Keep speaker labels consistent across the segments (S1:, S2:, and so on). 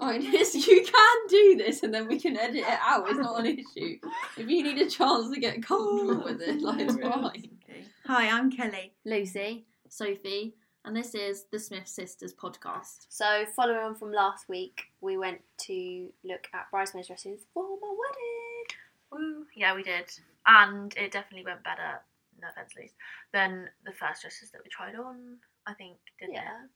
S1: Oh, it is. You can do this, and then we can edit it out. It's not an issue. If you need a chance to get comfortable with it, like it's fine.
S2: Hi, I'm Kelly.
S3: Lucy, Sophie, and this is the Smith Sisters podcast.
S4: So, following on from last week, we went to look at bridesmaids' dresses for my wedding.
S5: Woo. Yeah, we did. And it definitely went better, no offence, Luce, than the first dresses that we tried on, I think, didn't
S4: Yeah.
S5: it?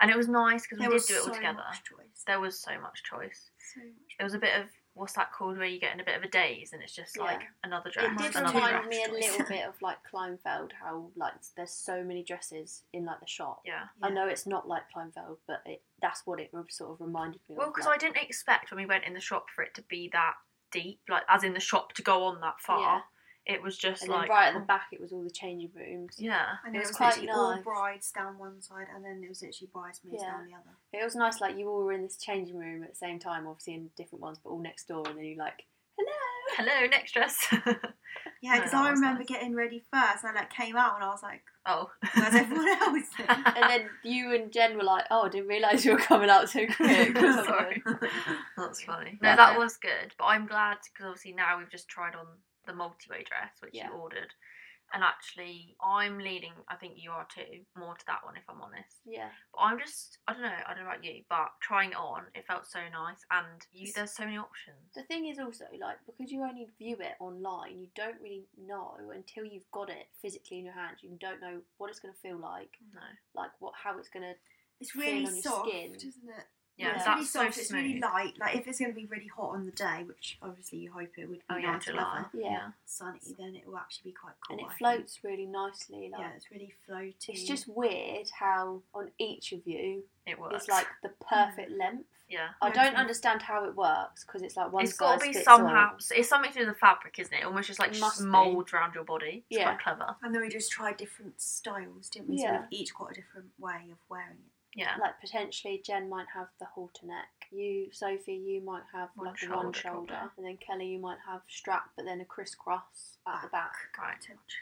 S5: And it was nice because we
S2: There
S5: did
S2: was
S5: do it all
S2: so
S5: together.
S2: much choice.
S5: There was so much choice.
S2: So much.
S5: There was a bit of, what's that called, where you get in a bit of a daze and it's just
S4: Yeah.
S5: like another dress,
S2: It did
S4: It
S5: another
S2: remind
S5: dress.
S4: me a
S2: choice.
S4: little bit of like Kleinfeld, how like there's so many dresses in like the shop.
S5: Yeah.
S4: I
S2: Yeah.
S4: know it's not like Kleinfeld, but it, that's what it sort of reminded me
S5: Well,
S4: of.
S5: because I
S4: like-
S5: didn't expect when we went in the shop for it to be that deep, like as in the shop to go on that far. It was just
S4: and then
S5: like oh,
S4: right at the back, it was all the changing rooms.
S5: yeah,
S2: And it
S4: It was
S2: was
S4: quite
S2: literally all
S4: nice.
S2: brides down one side, and then it was literally bridesmaids
S4: Yeah.
S2: down the other.
S4: It was nice, like you all were in this changing room at the same time, obviously in different ones, but all next door, and then you like, hello.
S5: hello next dress.
S2: Yeah,
S5: No,
S2: because
S5: that
S2: I
S5: was
S2: remember
S5: nice.
S2: getting ready first, and I like came out, and I was like,
S5: oh,
S2: "Where's everyone else?"
S4: And then you and Jen were like, oh, I didn't realise you were coming out so quick. or something.
S5: Sorry. That's funny.
S4: Yeah.
S5: No, that was good. But I'm glad because obviously now we've just tried on the multi-way dress which
S4: Yeah.
S5: you ordered, and actually I'm leaning. I think you are too more to that one if I'm honest.
S4: Yeah.
S5: But I'm just I don't know I don't know about you, but trying it on it felt so nice, and you, there's so many options.
S4: The thing is also like because you only view it online, you don't really know until you've got it physically in your hand. You don't know what it's going to feel like,
S5: No.
S4: like what how it's going to.
S2: It's really
S4: on your
S2: soft,
S4: skin.
S2: isn't it?
S5: Yeah,
S2: it's
S4: Yeah.
S2: really
S5: that's so
S2: soft.
S5: smooth.
S2: it's really light. Like if it's going to be really hot on the day, which obviously you hope it would be
S5: Oh yeah,
S2: nice
S5: July.
S2: weather,
S4: Yeah.
S2: sunny, then it will actually be quite cool.
S4: and it
S2: I think.
S4: floats really nicely. Like
S2: Yeah, it's really floaty.
S5: Mm.
S4: it's just weird how on each of you
S5: It works. Mm.
S4: it's like the perfect length.
S5: yeah.
S4: I
S2: Yeah,
S4: don't
S2: true.
S4: understand how it works because it's like one
S5: it's
S4: size
S5: got to be
S4: fits
S5: somehow.
S4: all.
S5: It's something to do with the fabric, isn't it? Almost just like
S4: It must
S5: just
S4: be.
S5: molds around your body. It's
S4: Yeah.
S5: quite clever.
S2: And then we just tried different styles, didn't we? So
S4: Yeah.
S2: we've each got a different way of wearing it.
S5: Yeah.
S4: Like potentially Jen might have the halter neck. You, Sophie, you might have
S5: One
S4: like a one
S5: shoulder,
S4: shoulder,
S5: probably.
S4: and then Kelly, you might have strap, but then a crisscross at the back.
S5: Right.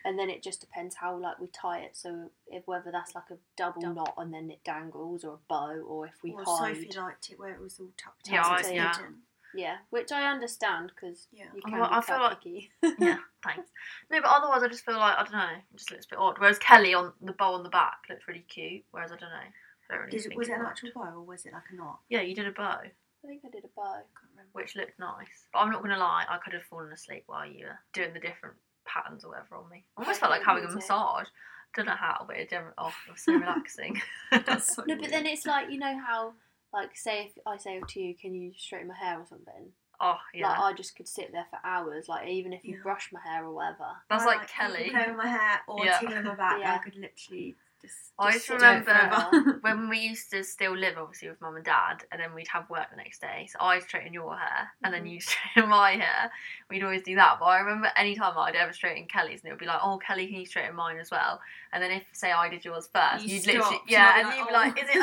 S4: and then it just depends how like we tie it so if whether that's like a double
S3: Double.
S4: knot and then it dangles or a bow or if we
S2: Or
S4: hide
S2: Sophie liked it where it was all tucked
S5: Yeah,
S2: out.
S4: I-
S2: and
S4: yeah.
S2: hidden.
S4: yeah which i understand because
S2: Yeah.
S4: you
S5: I
S4: can
S5: feel-
S4: be
S5: I
S4: quite
S5: feel like-
S4: picky
S5: yeah. Thanks. No, but otherwise I just feel like I don't know. It just looks a bit odd. Whereas Kelly on the bow on the back looked really cute. Whereas I don't know. I don't really
S2: Did it,
S5: think
S2: was it an
S5: worked.
S2: actual bow or was it like a knot?
S5: Yeah, you did a bow,
S4: i think i did a bow
S2: I can't remember.
S5: which looked nice. But I'm not gonna lie, I could have fallen asleep while you were doing the different patterns or whatever on me. I almost felt like having a
S4: Yeah.
S5: massage. Don't know how, but it generally oh, it was so relaxing.
S2: so
S4: no but then it's like you know how like say if i say to you can you straighten my hair or something
S5: oh yeah.
S4: like i just could sit there for hours like even if you
S2: Yeah.
S4: brush my hair or whatever
S5: That's
S2: I
S5: like,
S2: people
S5: Kelly.
S2: Blowing my hair or
S5: Yeah.
S2: tingling my back.
S4: Yeah.
S2: I could literally just.
S5: I
S2: just
S5: just
S2: do it
S5: remember-
S2: forever.
S5: When we used to still live, obviously, with mum and dad, and then we'd have work the next day. So I'd straighten your hair, and then you straighten my hair. We'd always do that. But I remember any time I'd ever straighten Kelly's, and it would be like, "Oh, Kelly, can you straighten mine as well?" And then if say I did yours first,
S2: You
S5: you'd
S2: stopped,
S5: literally,
S2: and
S5: yeah,
S2: I'd
S5: and
S2: be
S5: you'd be
S2: like,
S5: like, "Is it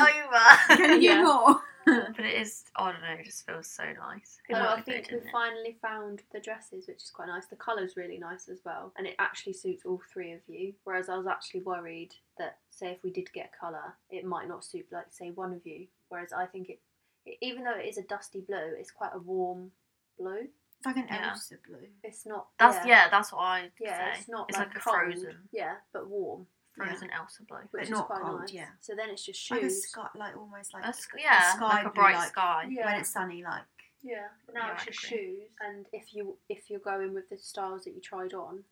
S5: over?"
S2: Can you
S4: Yeah.
S2: more?
S5: but it is, I don't know, it just feels so nice. It
S4: So Oh, I
S5: worked though,
S4: think we
S5: didn't it?
S4: finally found the dresses, which is quite nice. The colour's really nice as well, and it actually suits all three of you. Whereas I was actually worried that, say, if we did get a colour, it might not suit, like, say, one of you. Whereas I think it, it even though it is a dusty blue, it's quite a warm blue.
S2: It's like an
S5: Yeah.
S2: Elsa blue.
S4: It's not.
S5: That's yeah, that's what I
S4: Yeah,
S5: say.
S4: it's not
S5: It's
S4: like,
S5: like a
S4: cold,
S5: frozen-
S4: Yeah, but warm,
S5: frozen Elsa blue.
S2: But
S4: which is
S2: not
S4: quite
S2: cold,
S4: nice.
S2: yeah.
S4: So then it's just
S2: Like a
S4: shoes.
S2: sky, like almost like
S5: A sc- yeah,
S2: sky
S5: like a
S2: blue,
S5: bright
S2: like-
S5: sky.
S4: yeah.
S2: when it's sunny, like
S4: Yeah, but now
S5: Yeah,
S4: it's
S5: I
S4: just
S5: agree.
S4: shoes. And if you if you're going with the styles that you tried on,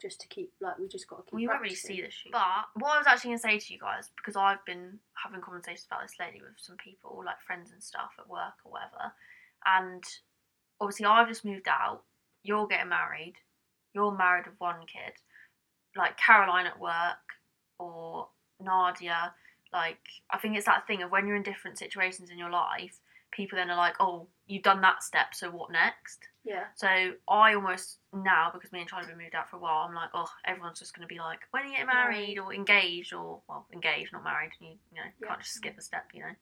S4: just to keep like we just got to keep.
S5: Well, you won't really
S4: practicing.
S5: see the shoes. But what I was actually going to say to you guys, because I've been having conversations about this lately with some people, like friends and stuff at work or whatever, and obviously I've just moved out. You're getting married. You're married with one kid. Like Caroline at work or Nadia. Like I think it's that thing of when you're in different situations in your life, people then are like, "Oh, you've done that step, so what next?"
S4: Yeah.
S5: So I almost now, because me and Charlie have been moved out for a while, I'm like, oh, everyone's just going to be like, when are you getting married or engaged or, well, engaged, not married. You, you know,
S4: Yeah.
S5: can't just skip a step, you know.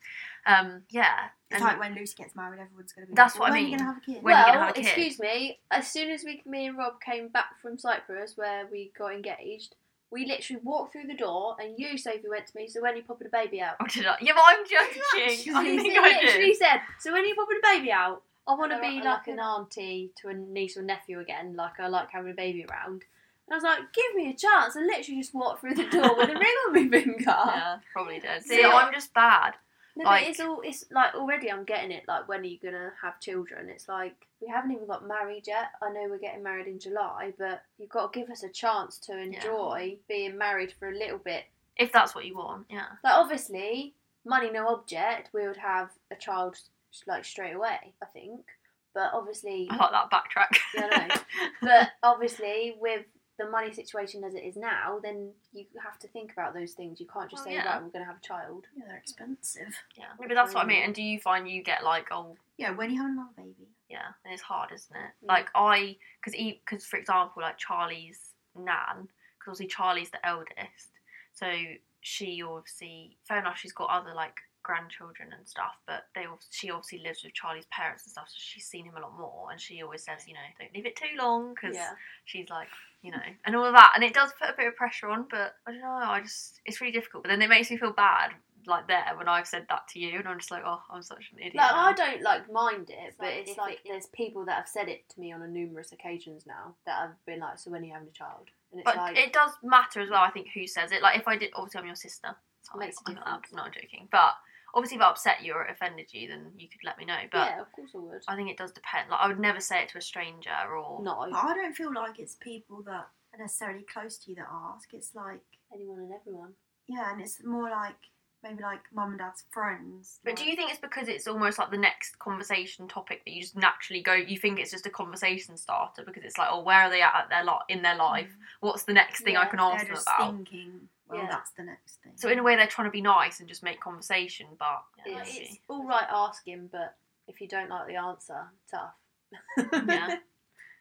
S5: Um, yeah.
S2: it's
S5: and-
S2: like when Lucy gets married, everyone's gonna be.
S5: That's
S2: like,
S5: what I
S2: when
S5: mean.
S2: Are you gonna have a kid?
S5: When you
S4: well,
S5: gonna have a kid?
S4: excuse me. As soon as we, me and Rob came back from Cyprus, where we got engaged, We literally walked through the door, and you, Sophie, went to me. So when you popping a baby out?
S5: Oh, did I? Yeah, but I'm joking. I
S4: you
S5: think I
S4: literally
S5: did.
S4: said, "So when you popping a baby out, I want to
S2: I
S4: be
S2: like- I
S4: like
S2: like
S4: an auntie to a niece or nephew again. Like I like having a baby around." And I was like, "Give me a chance!" I literally just walked through the door with a ring on my finger.
S5: Yeah, probably did.
S4: See,
S5: See,
S4: I-
S5: I'm just bad.
S4: No,
S5: Like-
S4: but it's all it's like already I'm getting it, like when are you gonna have children? It's like we haven't even got married yet. I know we're getting married in July, but you've got to give us a chance to enjoy being married for a little bit.
S5: If that's what you want, yeah.
S4: Like obviously, money no object, we would have a child like straight away, I think. But obviously
S5: I like that backtrack.
S4: Yeah, I know. but obviously with the money situation as it is now, then you have to think about those things. You can't just
S5: Well,
S4: say,
S5: yeah.
S4: Right, we're gonna have a child.
S2: Yeah, they're expensive.
S5: yeah, no, but that's what I mean. And do you find you get like, oh,
S2: Yeah, when you have another baby.
S5: yeah, and it's hard, isn't it?
S4: Mm.
S5: Like I, because because for example, like Charlie's nan, because obviously Charlie's the eldest, so she obviously fair enough. She's got other like grandchildren and stuff, but they al- she obviously lives with Charlie's parents and stuff, so she's seen him a lot more, and she always says, you know, don't leave it too long, because
S4: Yeah.
S5: she's like, you know, and all of that, and it does put a bit of pressure on, but I don't know. I just it's really difficult, but then it makes me feel bad. Like there, when I've said that to you, and I'm just like, oh, I'm such an idiot.
S4: Like
S5: now.
S4: I don't like mind it,
S3: It's
S4: but
S3: like,
S4: it's
S3: if
S4: like
S3: it-
S4: there's people that have said it to me on a numerous occasions now that have been like, "So when are you having a child?" And it's
S5: But
S4: like,
S5: it does matter as well, I think, who says it. Like, if I did, obviously, I'm your sister. So
S4: Makes a
S5: I'm allowed,
S4: difference.
S5: not joking. But obviously, if I upset you or offended you, then you could let me know. But
S4: yeah, of course I would.
S5: I think it does depend. Like, I would never say it to a stranger or.
S4: no,
S2: But I don't feel like it's people that are necessarily close to you that ask. It's like,
S4: anyone and everyone.
S2: yeah, and it's more like maybe like mum and dad's friends.
S5: But do you think it's because it's almost like the next conversation topic that you just naturally go? You think it's just a conversation starter because it's like, oh, where are they at, at their lot in their life? What's the next thing I
S4: Mm.
S2: mm, They're
S4: Yeah,
S5: can ask them
S2: just
S5: about?
S2: thinking, well,
S4: Yeah.
S2: that's the next thing.
S5: So in a way, they're trying to be nice and just make conversation, but yeah,
S4: It's,
S5: maybe.
S4: all right asking, but if you don't like the answer, tough.
S5: yeah,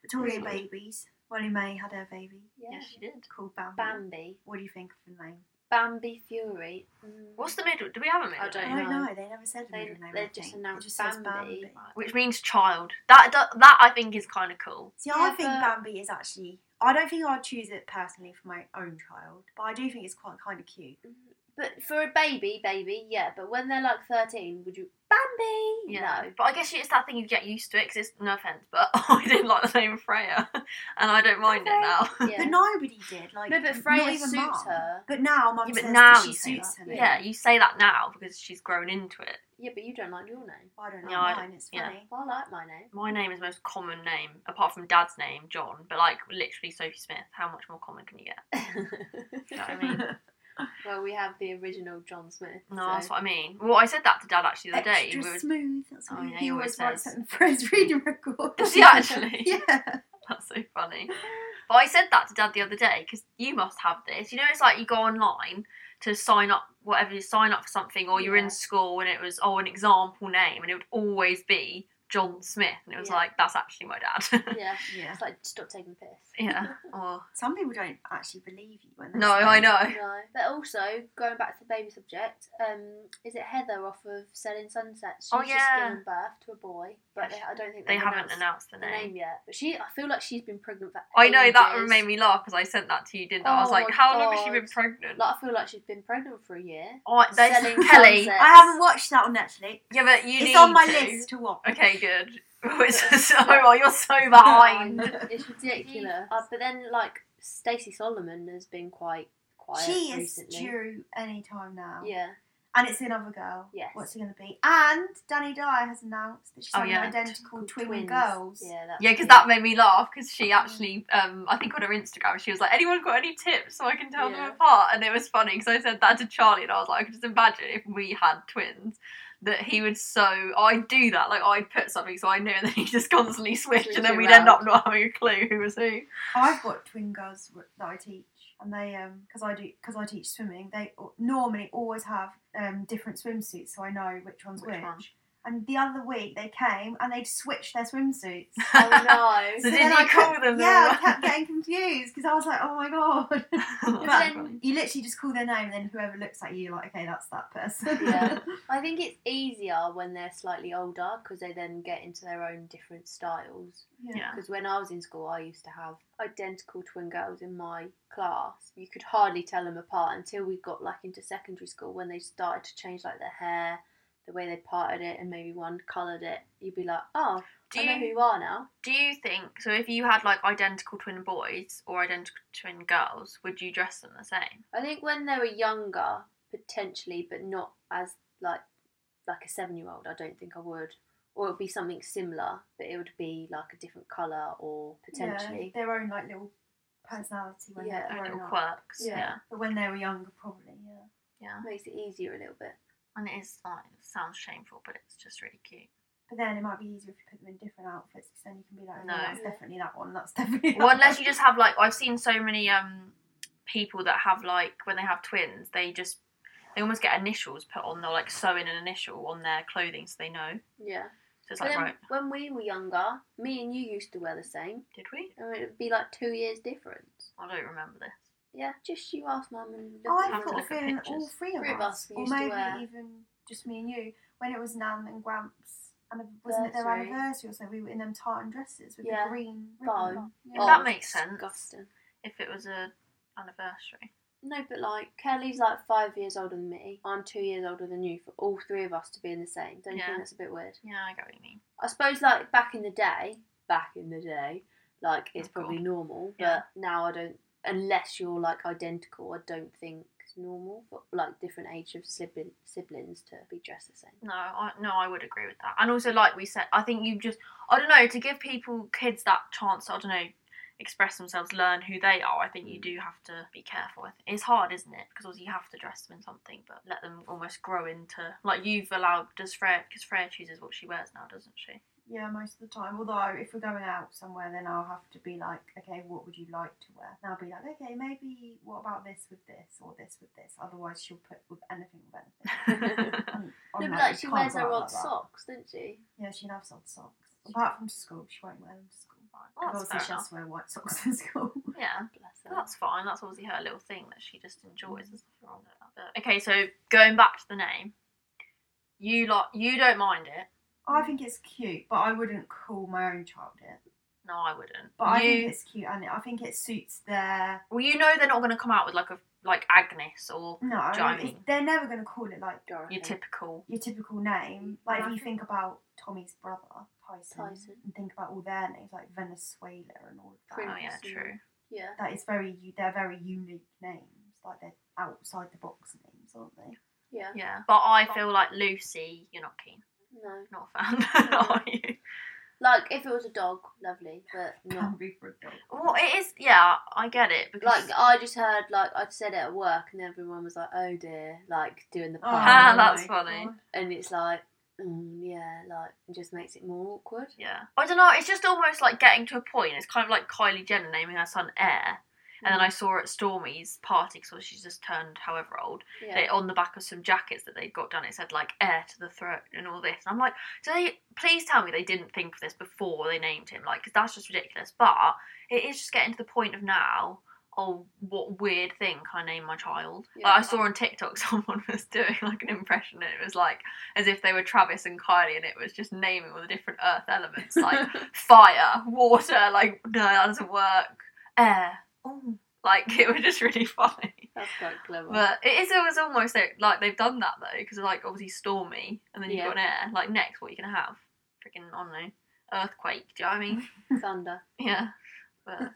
S2: Victoria babies. Wellie Mae had her baby
S4: Yeah.
S5: yeah, she did.
S2: called Bambi.
S4: Bambi,
S2: What do you think of the name?
S4: Bambi Fury. Mm.
S5: What's the middle? Do we have a middle?
S4: I don't
S5: name?
S2: I don't
S4: know.
S2: know. They never said the
S4: They-
S2: middle name.
S4: they
S2: I
S4: just
S2: think. It
S4: announced
S2: says
S4: Bambi.
S5: which means child. That do- that I think is kind of cool.
S2: See, I
S4: Yeah,
S2: think
S4: but-
S2: Bambi is actually. I don't think I'd choose it personally for my own child, but I do think it's quite kind of cute.
S4: But for a baby, baby, yeah. But when they're like thirteen, would you Bambi?
S5: Yeah,
S4: No.
S5: but I guess it's that thing you get used to it. Because it's no offense, but I didn't like the name Freya, and I don't mind it now. Yeah,
S4: Yeah.
S2: But nobody did. Like
S4: No, but
S2: not
S4: Freya
S2: even
S4: suits
S2: Mum.
S4: her.
S2: But now Mum
S5: but
S2: says
S5: now
S2: that she
S5: you say
S2: suits
S5: that.
S2: her.
S5: Yeah, you say that now because she's grown into it.
S4: Yeah, but you don't like your name.
S2: I don't know
S5: Yeah, I
S2: mine. It's
S5: yeah.
S2: funny.
S4: I like my name.
S5: My name is the most common name, apart from Dad's name, John. But like literally Sophie Smith. How much more common can you get? You know what I mean?
S4: well, we have the original John Smith.
S5: No,
S4: so-
S5: that's what I mean. Well, I said that to Dad actually the other day.
S2: Extra
S5: We were-
S2: smooth. That's
S5: Oh,
S2: what
S5: yeah,
S2: he
S5: he
S2: always
S5: always
S2: writes
S5: says.
S2: it in for his reading record.
S5: Does he actually?
S2: yeah.
S5: That's so funny. But I said that to Dad the other day because you must have this. You know, it's like you go online to sign up, whatever you sign up for something, or you're
S4: Yeah.
S5: in school and it was oh an example name, and it would always be John Smith, and it was
S4: Yeah.
S5: like that's actually my dad. Oh,
S4: yeah,
S2: Yeah.
S4: it's like stop taking the piss.
S5: yeah. Or
S2: Some people don't actually believe you when they
S5: no,
S2: say
S5: I
S2: it.
S5: know.
S4: No, but also going back to the baby subject, um, is it Heather off of Selling Sunsets? She's
S5: Oh, yeah.
S4: just given birth to a boy, but they- I don't think
S5: They
S4: they've
S5: haven't announced the
S4: the
S5: name.
S4: name yet. But she, I feel like she's been pregnant for.
S5: I know that
S4: ages.
S5: made me laugh because I sent that to you, didn't I? I was
S4: Oh
S5: like,
S4: my
S5: how long has she
S4: God.
S5: been pregnant?
S4: Like I feel like she's been pregnant for a year.
S5: oh, there's
S4: Selling
S5: Kelly.
S4: Sunset.
S2: I haven't watched that on Netflix.
S5: Yeah, but you need
S2: it's on my
S5: to.
S2: list to watch.
S5: Okay, good. It's so, oh, you're so behind.
S4: it's ridiculous. Uh, but then like Stacey Solomon has been quite quiet
S2: She is
S4: recently.
S2: due any time now.
S4: Yeah,
S2: And it's another girl.
S4: Yes.
S2: What's it going to be? And Danny Dyer has announced that she's
S5: Oh,
S2: having
S5: yeah.
S2: identical twin
S4: twins.
S2: girls.
S4: Yeah, that's
S5: Yeah, because
S4: cute.
S5: that made me laugh because she actually, um, I think on her Instagram, she was like, anyone got any tips so I can tell
S4: Yeah.
S5: them apart? And it was funny because I said that to Charlie and I was like, I could just imagine if we had twins that he would so, I'd do that. Like, I'd put something so I knew and then he just constantly switched
S4: Switch
S5: and then
S4: it
S5: we'd end up
S4: round.
S5: not having a clue who was who.
S2: I've got twin girls w- that I teach, and they um because I do because I teach swimming, they al- normally always have um different swimsuits, so I know which one's which.
S5: Which one?
S2: And the other week they came and they'd switched their swimsuits.
S4: Oh
S5: So
S4: no.
S5: did
S2: then
S5: you
S2: I
S5: call
S2: kept-
S5: them the
S2: Yeah, I
S5: wrong-
S2: kept getting confused because I was like, oh my god.
S5: That's funny.
S2: You literally just call their name, and then whoever looks at you, you're like, okay, that's that person.
S4: Yeah. I think it's easier when they're slightly older because they then get into their own different styles.
S5: yeah.
S4: Because when I was in school, I used to have identical twin girls in my class. You could hardly tell them apart until we got like into secondary school when they started to change like their hair, the way they parted it, and maybe one coloured it. You'd be like, oh,
S5: Do
S4: I know who
S5: you
S4: you are now.
S5: do you think so? If you had like identical twin boys or identical twin girls, would you dress them the same?
S4: I think when they were younger, potentially, but not as like like a seven year old. I don't think I would, or it'd be something similar, but it would be like a different color or potentially.
S2: Yeah, their own like little personality when
S4: Yeah,
S2: they're
S5: Their
S2: growing
S5: little
S2: up.
S5: quirks.
S2: Yeah.
S5: yeah.
S2: But when they were younger, probably. Yeah.
S5: Yeah.
S4: Makes it easier a little bit.
S5: And it is like it sounds shameful, but it's just really cute.
S2: But then it might be easier if you put them in different outfits because then you can be like, oh,
S5: No.
S2: that's definitely that one. That's definitely.
S5: Well,
S2: that
S5: unless
S2: one.
S5: you just have like I've seen so many um people that have like when they have twins, they just they almost get initials put on. They'll like sew in an initial on their clothing so they know.
S4: Yeah.
S5: So it's
S4: But
S5: like
S4: then
S5: right,
S4: when we were younger, me and you used to wear the same,
S5: did we?
S4: and it would be like two years difference.
S5: I don't remember this.
S4: Yeah, just you asked mum and look
S2: Oh,
S4: at
S2: I've
S5: have
S4: it.
S5: to
S2: got a
S5: look at
S2: feeling that all
S5: pictures.
S2: three of
S4: Three of us
S2: us, or
S4: used to
S2: maybe
S4: wear-
S2: even just me and you, when it was Nan and Gramps. And wasn't it their
S4: Anniversary.
S2: anniversary or so? We were in them tartan dresses with
S4: Yeah.
S2: the green
S4: Bow.
S2: ribbon.
S5: Oh.
S2: Yeah.
S5: That makes sense.
S4: disgusting.
S5: If it was a anniversary,
S4: No, but like Kelly's like five years older than me. I'm two years older than you. For all three of us to be in the same, don't you
S5: Yeah.
S4: think that's a bit weird?
S5: yeah, I get what you mean.
S4: I suppose like back in the day, back in the day, like it's
S5: Of
S4: probably
S5: course.
S4: normal.
S5: Oh, Yeah.
S4: But now I don't, unless you're like identical, I don't think it's normal for like different age of sibling, siblings to be dressed the same.
S5: No, I, no, I would agree with that. And also, like we said, I think you just, I don't know, to give people, kids that chance, I don't know, express themselves, learn who they are, I think
S2: Mm.
S5: you do have to be careful. I think- It's hard, isn't it? Because obviously you have to dress them in something, but let them almost grow into, like you've allowed, does Freya, because Freya chooses what she wears now, doesn't she?
S2: Yeah, most of the time. Although if we're going out somewhere, then I'll have to be like, okay, what would you like to wear? And I'll be like, okay, maybe what about this with this or this with this? Otherwise, she'll put with anything with anything. And I'm
S4: No, but
S2: like,
S4: like
S2: "You
S4: she
S2: can't
S4: wears
S2: go
S4: her
S2: out
S4: odd
S2: like that."
S4: socks, doesn't she?
S2: Yeah, she loves odd socks. Apart from to school, she won't wear them to school.
S5: Well, that's
S2: Obviously,
S5: fair
S2: she has
S5: enough.
S2: to wear white socks to school.
S5: Yeah.
S4: Bless her.
S5: That's fine. That's obviously her little thing that she just enjoys
S2: Mm.
S5: and stuff wrong with that. But, okay, so going back to the name, you lot, you don't mind it.
S2: I think it's cute, but I wouldn't call my own child it.
S5: No, I wouldn't.
S2: But I
S5: you,
S2: think it's cute, and I think it suits their.
S5: Well, you know they're not going to come out with like a like Agnes or
S2: No, I mean,
S5: Johnny.
S2: it's- they're never going to call it like
S4: Dorothy.
S5: your typical.
S2: your typical name. Like if
S4: Yeah.
S2: you think about Tommy's brother Tyson,
S4: Tyson.
S2: and think about all their names like Venezuela and all of that.
S5: Oh yeah,
S4: Prince and-
S5: true.
S4: Yeah.
S2: That is very u- they're very unique names. Like they're outside the box names, aren't they?
S4: Yeah.
S5: Yeah, but I feel like Lucy. You're not keen.
S4: No.
S5: Not a fan, are you?
S4: Like if it was a dog, lovely, but not
S2: Can't be for a dog.
S5: Well, it is. Yeah, I get it because
S4: Like I just heard, like I said it at work, and everyone was like, "Oh dear," like doing the
S2: Oh,
S5: Ah,
S4: pun,
S2: my
S5: that's funny.
S2: God.
S4: and it's like, mm, yeah, like it just makes it more awkward.
S5: yeah, I don't know. It's just almost like getting to a point. It's kind of like Kylie Jenner naming her son Air. And
S4: Mm.
S5: then I saw at Stormy's party because she's just turned however old.
S4: Yeah,
S5: They, on the back of some jackets that they'd got done, it said like "heir to the throne" and all this. And I'm like, do they? Please tell me they didn't think of this before they named him, like, 'cause that's just ridiculous. But it is just getting to the point of now. Oh, what weird thing can I name my child?
S4: Yeah.
S5: Like I saw on TikTok someone was doing like an impression, and it was like as if they were Travis and Kylie, and it was just naming all the different Earth elements like fire, water. Like no, that doesn't work. Air. Oh, like it was just really funny.
S4: that's quite clever.
S5: But it is it was almost like, like they've done that though, because like obviously stormy, and then you've
S4: Yeah.
S5: got an air. Like next, what are you gonna have? Freaking I don't know, earthquake. Do you know what I mean?
S4: Thunder.
S5: yeah, but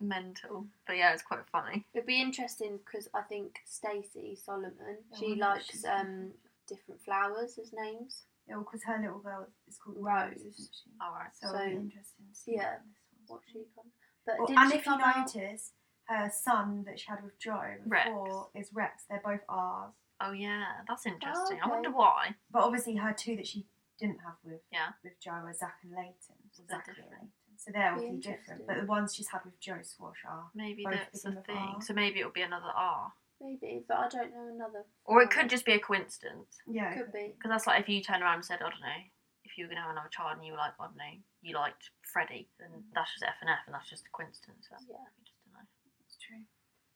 S5: mental. But yeah, it's quite funny.
S4: It'd be interesting because I think Stacey Solomon,
S2: I
S4: she
S2: wonder what
S4: likes
S2: she's
S4: um different flowers as names.
S2: Yeah, because her little girl is called Rose,
S4: Rose. Oh,
S2: isn't she?
S5: All right.
S2: So,
S4: So-
S2: it'll be interesting to see
S4: yeah.
S2: what this one's
S4: What she
S2: called.
S4: comes, but
S2: Well,
S4: didn't
S2: and
S4: she
S2: if you
S4: come out?
S2: notice, her son that she had with Joe before is Rex. They're both R's.
S5: Oh yeah, that's interesting. I
S4: okay.
S5: wonder why.
S2: But obviously, her two that she didn't have with
S5: Yeah.
S2: with Joe are Zach and Leighton.
S5: So
S2: Or
S5: they're
S2: Zachary
S5: different.
S2: and Leighton. So they're
S4: Be
S2: obviously different. But the ones she's had with Joe Swash are.
S5: Maybe
S2: Both
S5: that's the
S2: begin with
S5: thing.
S2: R.
S5: So maybe it'll be another R.
S4: Maybe, but I don't know another.
S5: Or it could just be a coincidence.
S2: Yeah.
S4: Could be.
S5: Because that's like if you turn around and said, I don't know, if you were going to have another child and you were like, I don't know, you liked Freddie, then that's just F and F and that's just a coincidence. That's-
S4: Yeah.
S5: you just don't know.
S2: It's true.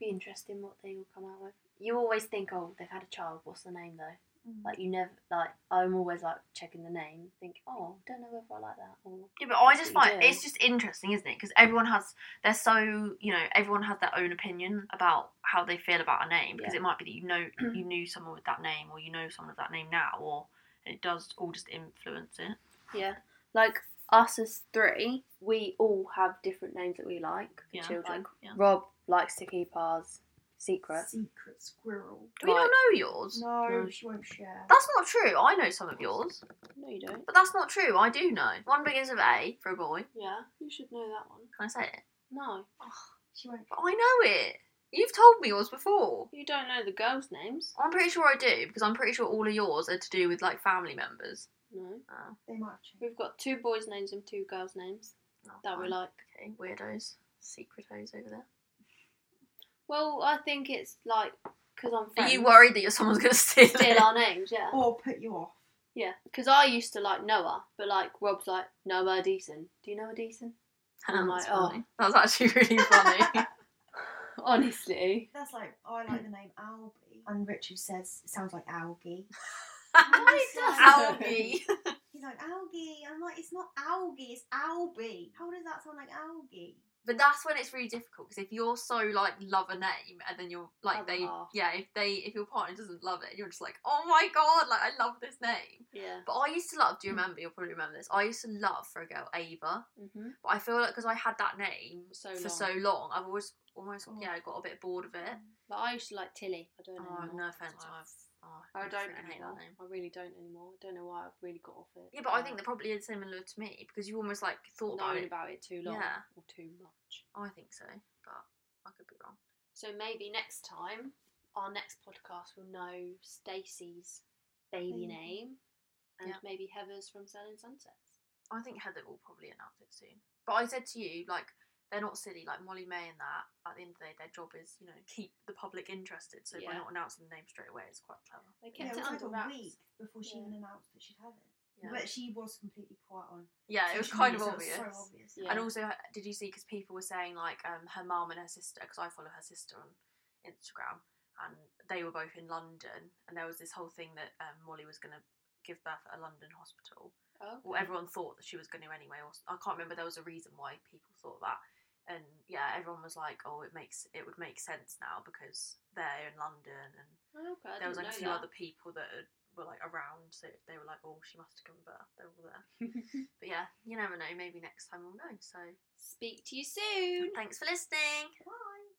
S4: Be interesting what they will come out with. You always think, oh, they've had a child. What's the name though?
S2: Mm.
S4: Like you never like. I'm always like checking the name. Think, oh, don't know whether I like that or.
S5: Yeah, but I
S4: That's
S5: just
S4: what you
S5: find
S4: do.
S5: it's just interesting, isn't it? Because everyone has they're so you know everyone has their own opinion about how they feel about a name because
S4: Yeah.
S5: it might be that you know you knew someone with that name or you know someone with that name now or and it does all just influence it.
S4: Yeah. Like us as three, we all have different names that we like for
S5: Yeah,
S4: children.
S5: like, yeah.
S4: Rob likes to keep ours secret.
S2: Secret squirrel.
S5: Do we not
S4: Like-
S5: know yours?
S2: No,
S5: No.
S2: she won't share.
S4: Ah!
S5: That's not true. I know some of yours,
S4: No, you don't.
S5: but that's not true. I do know. One begins with A for a boy.
S4: Yeah, you should know that one.
S5: Can I say it?
S4: No,
S2: She won't.
S5: But I know it. You've told me yours before.
S4: you don't know the girls' names.
S5: I'm pretty sure I do because I'm pretty sure all of yours are to do with like family members.
S4: No,
S5: Oh,
S2: They might have changed.
S4: we've got two boys' names and two girls' names
S5: oh,
S4: that we
S5: fine.
S4: like.
S5: Okay, weirdos, secretos over there.
S4: Well, I think it's like because I'm.
S5: Are
S4: Friends,
S5: you worried that you're- someone's going to steal,
S4: Steal our names, yeah.
S2: Or put you off.
S4: Yeah, because I used to like Noah, but like Rob's like Noah Deason. Do you know a Deason?
S5: And I'm like,
S4: That's
S5: oh,
S4: funny.
S5: that's actually really funny.
S4: Honestly,
S2: That's like, oh, I like the name Albie. And Richard says, it sounds like algae.
S5: Algae.
S2: He's like, algae. I'm like, it's not algae, it's Albie. How does that sound like algae?
S5: But that's when it's really difficult because if you're so like love a name and then you're like
S4: Other
S5: they
S4: half.
S5: yeah if they if your partner doesn't love it you're just like oh my god like I love this name.
S4: yeah.
S5: But I used to love.
S4: Mm.
S5: Do you remember? You'll probably remember this. I used to love for a girl Ava,
S4: Mm-hmm.
S5: but I feel like because I had that name
S4: So
S5: for
S4: long.
S5: so long, I've always almost
S2: Oh.
S5: yeah got a bit bored of it.
S4: But I used to like Tilly. I don't know.
S5: Oh,
S4: anymore.
S5: no offense, I've oh,
S4: I don't
S5: freaking hate
S4: anymore.
S5: that name.
S4: I really don't anymore. I don't know why I've really got off it.
S5: Yeah, but I
S2: Um,
S5: think
S4: Uh,
S5: they're probably similar to me because you almost like thought about
S4: known
S5: it.
S4: about it too long
S5: Yeah.
S4: or too much.
S5: I think so, but I could be wrong.
S4: So maybe next time, our next podcast will know Stacey's baby
S2: Baby.
S4: name, and
S5: Yeah.
S4: maybe Heather's from Selling Sunsets.
S5: I think Heather will probably announce it soon. But I said to you, like, they're not silly. Like Molly May and that, at the end of the day, their job is, you know, keep the public interested. So by
S4: Yeah.
S5: not announcing the name straight away, it's quite clever.
S4: They
S2: Yeah, it
S4: kept it
S2: was like
S4: under
S2: a
S4: wraps.
S2: week before she
S4: Yeah.
S2: even announced that she'd had it.
S5: Yeah,
S2: But she was completely quiet on.
S5: yeah it was
S2: social
S5: kind of
S2: media, so
S5: obvious.
S2: it was so obvious.
S4: Yeah.
S5: And also, uh, did you see? Because people were saying like um, her mum and her sister, because I follow her sister on Instagram, and they were both in London, and there was this whole thing that um, Molly was going to give birth at a London hospital.
S4: Oh,
S5: Well, everyone thought that she was going to anyway. Or s- I can't remember. There was a reason why people thought that, and yeah, everyone was like, "Oh, it makes it would make sense now because they're in London." And
S4: okay. I
S5: there was
S4: didn't
S5: like
S4: know
S5: a few
S4: that.
S5: other people that had- were like around, so they were like, "Oh, she must have given birth." They're all there. but yeah, you never know. Maybe next time we'll know. So
S4: Speak to you soon.
S5: thanks for listening.
S2: Bye.